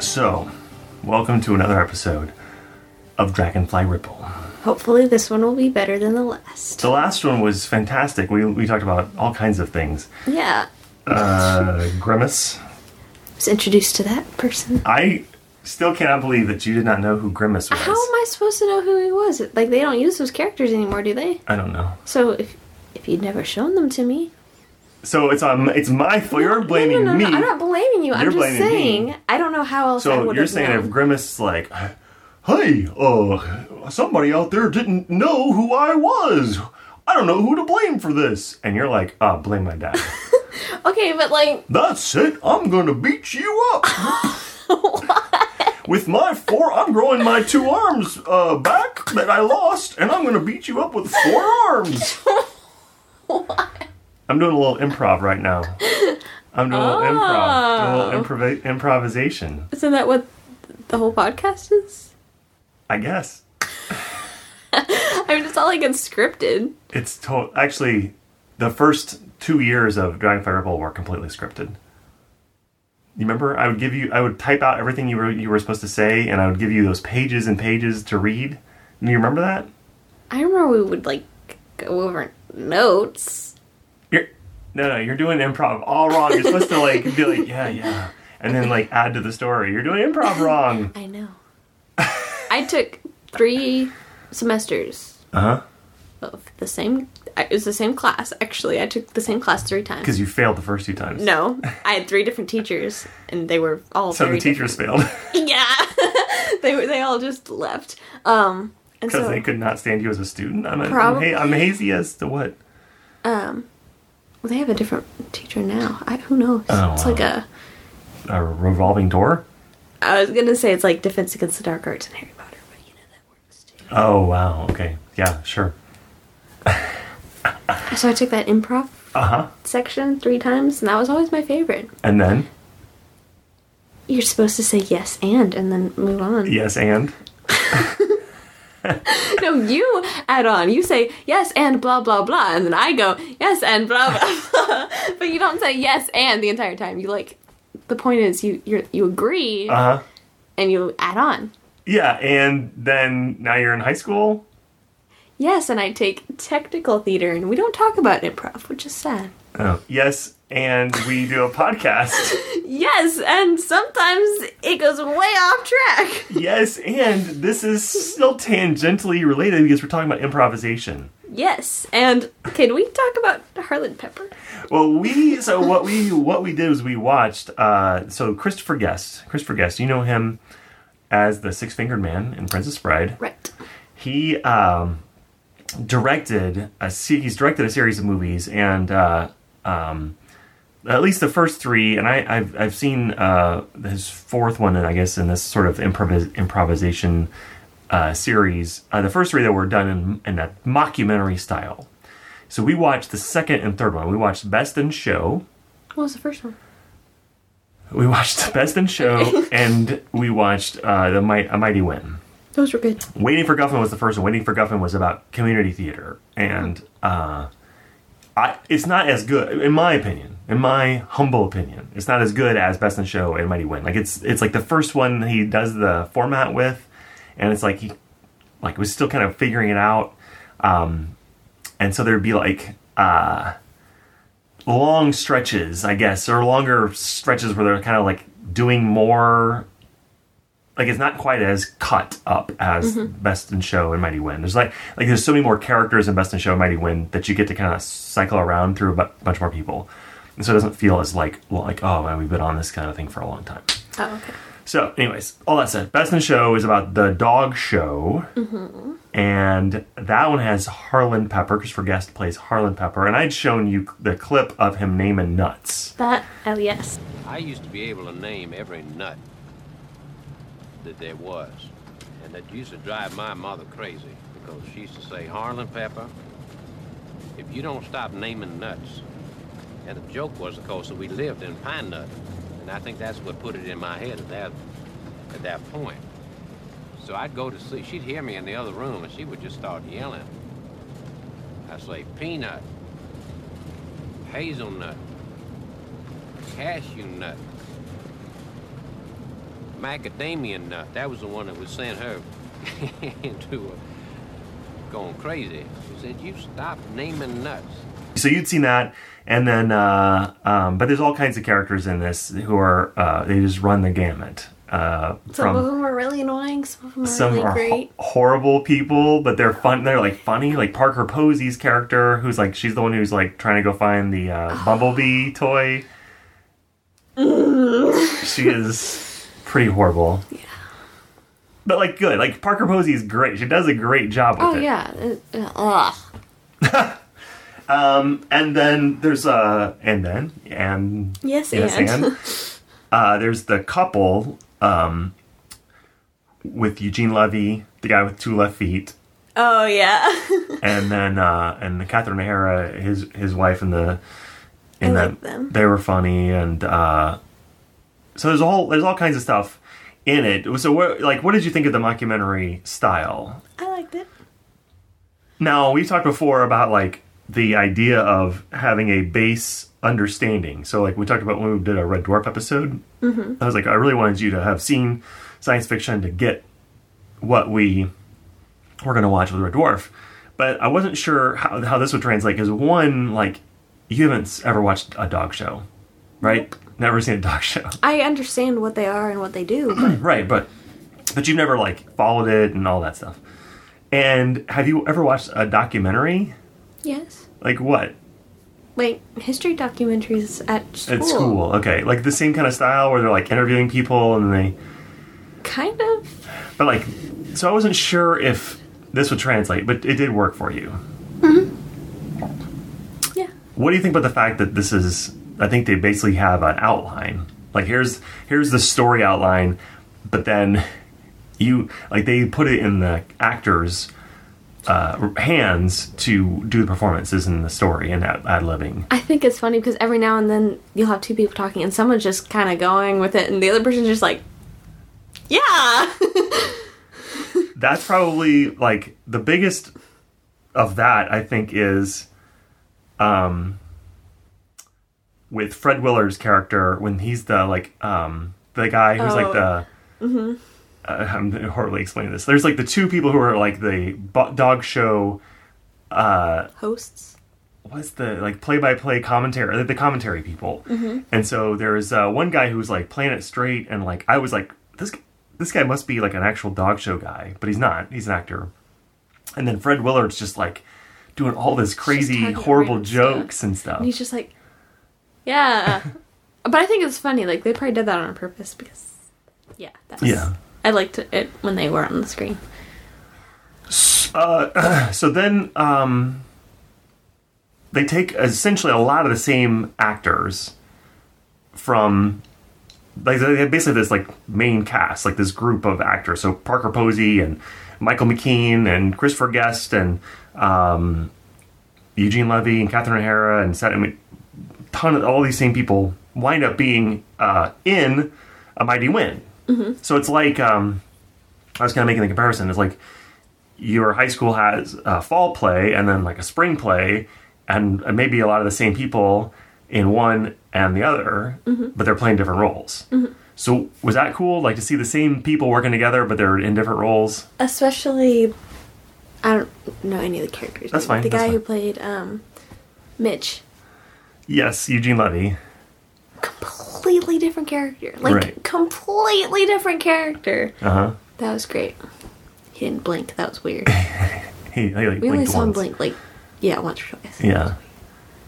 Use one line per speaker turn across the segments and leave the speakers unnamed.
So, welcome to another episode of Dragonfly Ripple.
Hopefully, this one will be better than the last.
The last one was fantastic. We, we talked about all kinds of things.
Yeah.
Uh, Grimace.
I was introduced to that person.
I still cannot believe that you did not know who Grimace was.
How am I supposed to know who he was? Like, they don't use those characters anymore, do they?
I don't know.
So, if if you'd never shown them to me,
So it's um, it's my fault. You're blaming
no, no, no,
me.
I'm not blaming you.
You're
I'm just
blaming me.
saying I don't know how else. I
so
would
you're
have
saying
known.
if Grimace is like, hey, uh, somebody out there didn't know who I was. I don't know who to blame for this. And you're like, ah, blame my dad.
okay, but like,
That's it. I'm gonna beat you up. With my four, I'm growing my two arms uh, back that I lost, and I'm gonna beat you up with four arms. I'm doing a little improv right now. I'm doing a little improv, doing a little improv- improvisation.
isn't that what the whole podcast is?
I guess
I mean, it's all like unscripted.
it's to- actually the first two years of Dragonfly Ripple were completely scripted. You remember? I would give you, I would type out everything you were you were supposed to say, and I would give you those pages and pages to read. Do you remember that?
I remember we would like go over notes.
You're, no, no, you're doing improv all wrong. You're supposed to like be like, yeah, yeah, and then like add to the story. You're doing improv wrong.
I know. I took three semesters
Uh huh.
of the same. It was the same class actually. I took the same class three times.
Because you failed the first two times.
No, I had three different teachers, and they were all
So
very
the teachers failed
different. Yeah, they were. They all just left. Um, and
because
so
they could not stand you as a student. I'm, a, I'm,
Probably.
ha- I'm hazy as to what.
Well, they have a different teacher now. I who knows?
Oh,
it's
wow.
like a.
A revolving door.
I was gonna say it's like Defense Against the Dark Arts and Harry Potter, but you know that works too.
Oh wow. Okay. Yeah. Sure.
So I took that improv
Uh huh.
section three times, and that was always my favorite.
And then
You're supposed to say yes and and then move on.
yes, and
No, you add on. You say yes and blah blah blah, and then I go yes and blah blah. blah. but you don't say yes and the entire time. You like the point is you you you agree
uh huh.
and you add on.
Yeah, and then now you're in high school.
Yes, and I take technical theater, and we don't talk about improv, which is sad.
Oh. Yes, and we do a podcast.
Yes, and sometimes it goes way off track.
Yes, and this is still tangentially related because we're talking about improvisation.
Yes, and can we talk about Harlan Pepper?
Well, we so what we what we did was we watched uh, so Christopher Guest. Christopher Guest, you know him as the Six Fingered Man in Princess Bride.
Right.
He um, directed a se- he's directed a series of movies and uh, um, at least the first three, and I, I've I've seen uh, his fourth one, and I guess in this sort of improvis- improvisation uh, series, uh, the first three that were done in, in a mockumentary style. So we watched the second and third one. We watched Best in Show.
What was the first one?
We watched Best in Show, and we watched uh, the Might, A Mighty Win.
Those were good.
Waiting for Guffin was the first one. Waiting for Guffin was about community theater, and uh, I, it's not as good, in my opinion, in my humble opinion, it's not as good as Best in Show and Mighty Win. Like it's it's like the first one he does the format with, and it's like he like was still kind of figuring it out, um, and so there'd be like. Uh, long stretches, I guess, or longer stretches where they're kind of like doing more. Like it's not quite as cut up as Best in Show and Mighty Win. There's like like there's so many more characters in Best in Show and Mighty Win that you get to kind of cycle around through a bu- bunch more people, and so it doesn't feel as like well, like oh man, we've been on this kind of thing for a long time.
Oh, okay.
So, anyways, all that said, Best in Show is about the dog show. And that one has Harlan Pepper. Christopher Guest plays Harlan Pepper. And I'd shown you the clip of him naming nuts.
That, oh, yes.
I used to be able to name every nut that there was. And that used to drive my mother crazy because she used to say, Harlan Pepper, if you don't stop naming nuts. And the joke was, of course, that we lived in Pine Nut. And I think that's what put it in my head at that, at that point. So I'd go to sleep. She'd hear me in the other room and she would just start yelling. I'd say, peanut, hazelnut, cashew nut, macadamia nut. That was the one that was sent her into a, going crazy. She said, "You stop naming nuts."
So you'd seen that, and then, uh, um, but there's all kinds of characters in this who are uh, they just run the gamut. Uh,
Some of them are really annoying. Some of them are
some
really
are ho-
great.
horrible people, but they're fun. They're like funny, like Parker Posey's character, who's like she's the one who's like trying to go find the uh, bumblebee toy. she is pretty horrible. Yeah. But like good, like Parker Posey is great. She does a great job with
Oh
it.
yeah. It- uh, ugh.
And then there's uh and then and
Yes,
Yes,
and.
and. uh, there's the couple um with Eugene Levy, the guy with two left feet,
Oh yeah.
and then uh, and Catherine O'Hara, his his wife, and the and
I
that
like them.
they were funny, and uh, so there's all there's all kinds of stuff in it. So what like what did you think of the mockumentary style?
I liked it.
Now we've talked before about like the idea of having a base understanding. So like we talked about when we did our Red Dwarf episode, I was like, I really wanted you to have seen science fiction to get what we were going to watch with Red Dwarf. But I wasn't sure how, how this would translate because one, like, you haven't s- ever watched a dog show, right? Never seen a dog show,
I understand what they are and what they do. But
right? But but you've never like followed it and all that stuff. And have you ever watched a documentary?
yes.
Like what?
Like history documentaries at school.
At school, okay. Like the same kind of style where they're like interviewing people and they,
Kind of.
but like, so I wasn't sure if this would translate, but it did work for you.
Yeah.
What do you think about the fact that this is? I think they basically have an outline. Like here's here's the story outline, but then you like they put it in the actors' uh, hands to do the performances and the story and ad ad libbing.
I think it's funny because every now and then you'll have two people talking and someone's just kind of going with it and the other person's just like, yeah.
that's probably like the biggest of that I think is um with Fred Willard's character when he's the like um the guy who's like
Oh.
the uh, I'm horribly explaining this. There's like the two people who are like the bo- dog show
Hosts.
what's the like play by play commentary the- the commentary people
Mm-hmm.
and so there's uh, one guy who's like playing it straight and like i was like this this guy must be like an actual dog show guy but he's not he's an actor and then fred willard's just like doing all this crazy
talking
horrible
random
jokes and stuff
And he's just like, yeah. but I think it's funny. Like, they probably did that on purpose because, yeah. That's,
Yeah.
I liked it when they were on the screen.
so then um they take essentially a lot of the same actors from like they have basically this like main cast like this group of actors so parker posey and michael mckean and christopher guest and um, eugene levy and catherine o'hara and Seth, I mean, ton of all these same people wind up being uh, in a mighty win so it's like um, i was kind of making the comparison it's like your high school has a fall play and then like a spring play and maybe a lot of the same people in one and the other
Mm-hmm.
but they're playing different roles so was that cool like to see the same people working together but they're in different roles
Especially, I don't know any of the characters.
That's fine,
The
that's
guy who
fine.
played um, Mitch.
yes eugene levy
Completely different character. Like,
Right.
completely different character.
uh-huh
That was great. He didn't blink. That was weird.
he, he, like,
We only
blinked
saw him
once.
blink like, yeah, once or twice.
yeah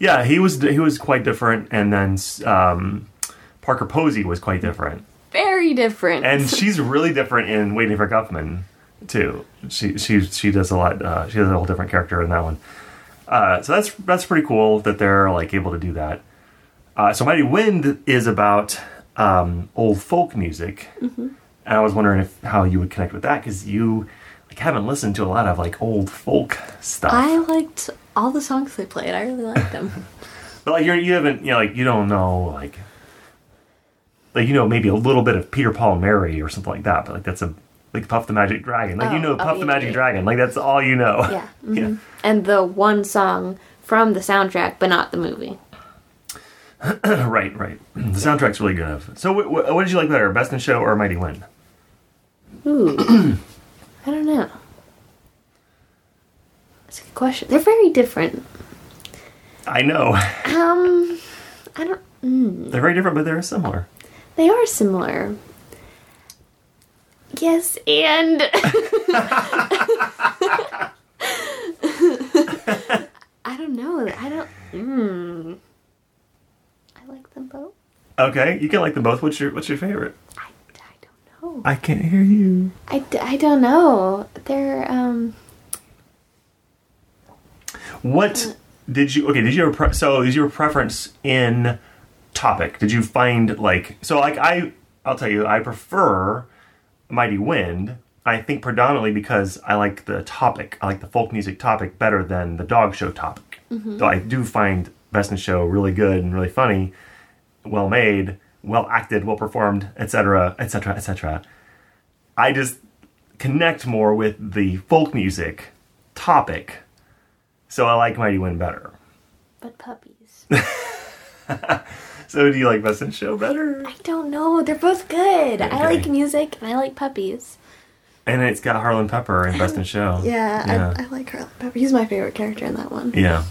yeah he was he was quite different and then um, parker posey was quite different
Very different.
and she's really different in Waiting for Guffman too. She she she does a lot. Uh, she has a whole different character in that one. Uh, so that's that's pretty cool that they're like able to do that. Uh, so Mighty Wind is about um, old folk music, and I was wondering if how you would connect with that because you like haven't listened to a lot of like old folk stuff.
I liked all the songs they played. I really liked them.
But like you're you haven't you know like you don't know like like you know maybe a little bit of Peter Paul and Mary or something like that, but like that's a like Puff the Magic Dragon. Like you
Oh,
know
oh,
Puff
yeah,
the Magic
yeah, yeah.
Dragon. Like that's all you know.
yeah. mm-hmm.
yeah.
And the one song from the soundtrack, but not the movie.
right, right. The soundtrack's really good. So, wh- wh- what did you like better, Best in Show or Mighty Wind?
Ooh. I don't know. That's a good question. They're very different.
I know
Um, I don't.
they're very different, but they're similar.
They are similar. Yes, and I don't know. I don't. Mm. I like them both.
Okay, you can like them both. What's your What's your favorite?
I, I don't know.
I can't hear you.
I, d- I don't know. They're um.
What did you? Okay, did you? have a Pre- so, is your preference in topic? Did you find like so? Like I, I'll tell you, I prefer Mighty Wind. I think predominantly because I like the topic. I like the folk music topic better than the dog show topic. Though I do find Best in Show really good and really funny, well made, well acted, well performed, etc., etc., etc. I just connect more with the folk music topic so I like Mighty Wind better.
But puppies.
So do you like Best in Show better?
I don't know. They're both good. I
Okay.
like music and I like puppies.
And it's got Harlan Pepper in Best in Show.
Yeah,
Yeah.
I, I like Harlan Pepper. He's my favorite character in that one.
Yeah.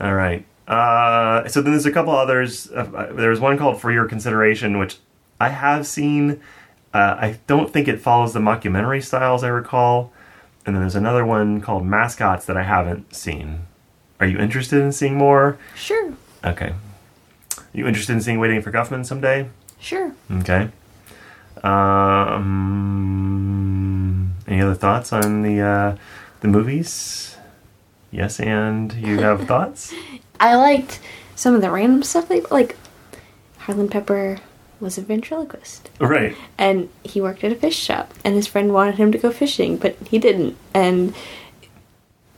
All right. Uh, so then there's a couple others. Uh, there's one called For Your Consideration, which I have seen. Uh, I don't think it follows the mockumentary style, as I recall. And then there's another one called Mascots that I haven't seen. Are you interested in seeing more?
Sure,
Okay. You interested in seeing Waiting for Guffman someday?
sure.
Okay. Um, any other thoughts on the uh, the movies? Yes, and you have thoughts.
I liked some of the random stuff they like. Harlan Pepper was a ventriloquist,
Right.
and he worked at a fish shop, and his friend wanted him to go fishing, but he didn't. And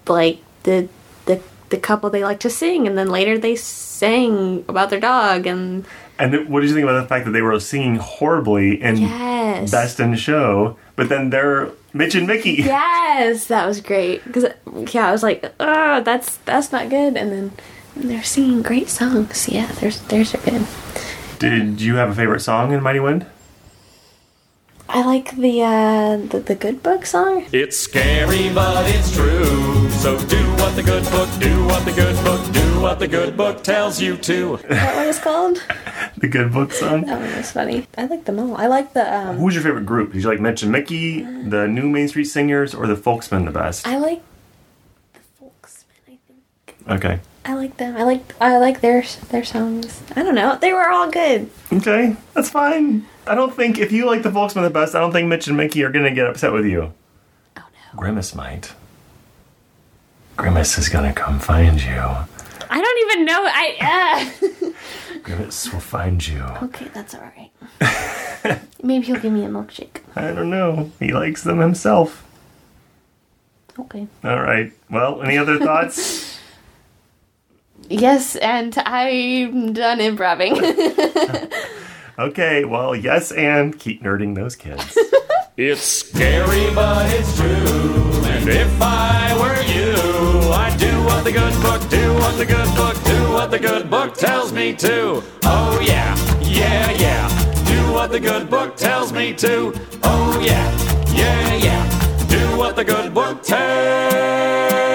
like the the the couple, they like to sing, and then later they sang about their dog, and
And what did you think about the fact that they were singing horribly in
Yes.
Best in Show, but then they're Mitch and Mickey?
yes, that was great. Because yeah, I was like, oh, that's that's not good, and then. They're singing great songs. Yeah, theirs, theirs are good.
Did you have a favorite song in Mighty Wind?
I like the uh, the, the Good Book song.
It's scary, but it's true. So do what the good book, do what the good book, do what the good book tells you to.
Is that what it's called?
The Good Book song.
That one was funny. I like them all. I like the um
Who was your favorite group? Did you like Mitch and Mickey, the New Main Street Singers, or the Folksmen the best?
I like the Folksmen, I think.
Okay.
I like them. I like I like their their songs. I don't know. They were all good.
Okay, that's fine. I don't think if you like the Volksman the best, I don't think Mitch and Mickey are gonna get upset with you.
Oh no.
Grimace might. Grimace is gonna come find you.
I don't even know I uh
Grimace will find you.
Okay, that's alright. Maybe he'll give me a milkshake.
I don't know. He likes them himself.
Okay.
All right. Well, any other thoughts?
Yes, and I'm done improving.
okay. Well, yes, and keep nerding those kids.
It's scary, but it's true. And if I were you, I'd do what the good book, do what the good book, do what the good book tells me to. Oh yeah, yeah, yeah. Do what the good book tells me to. Oh yeah, yeah, yeah. Do what the good book tells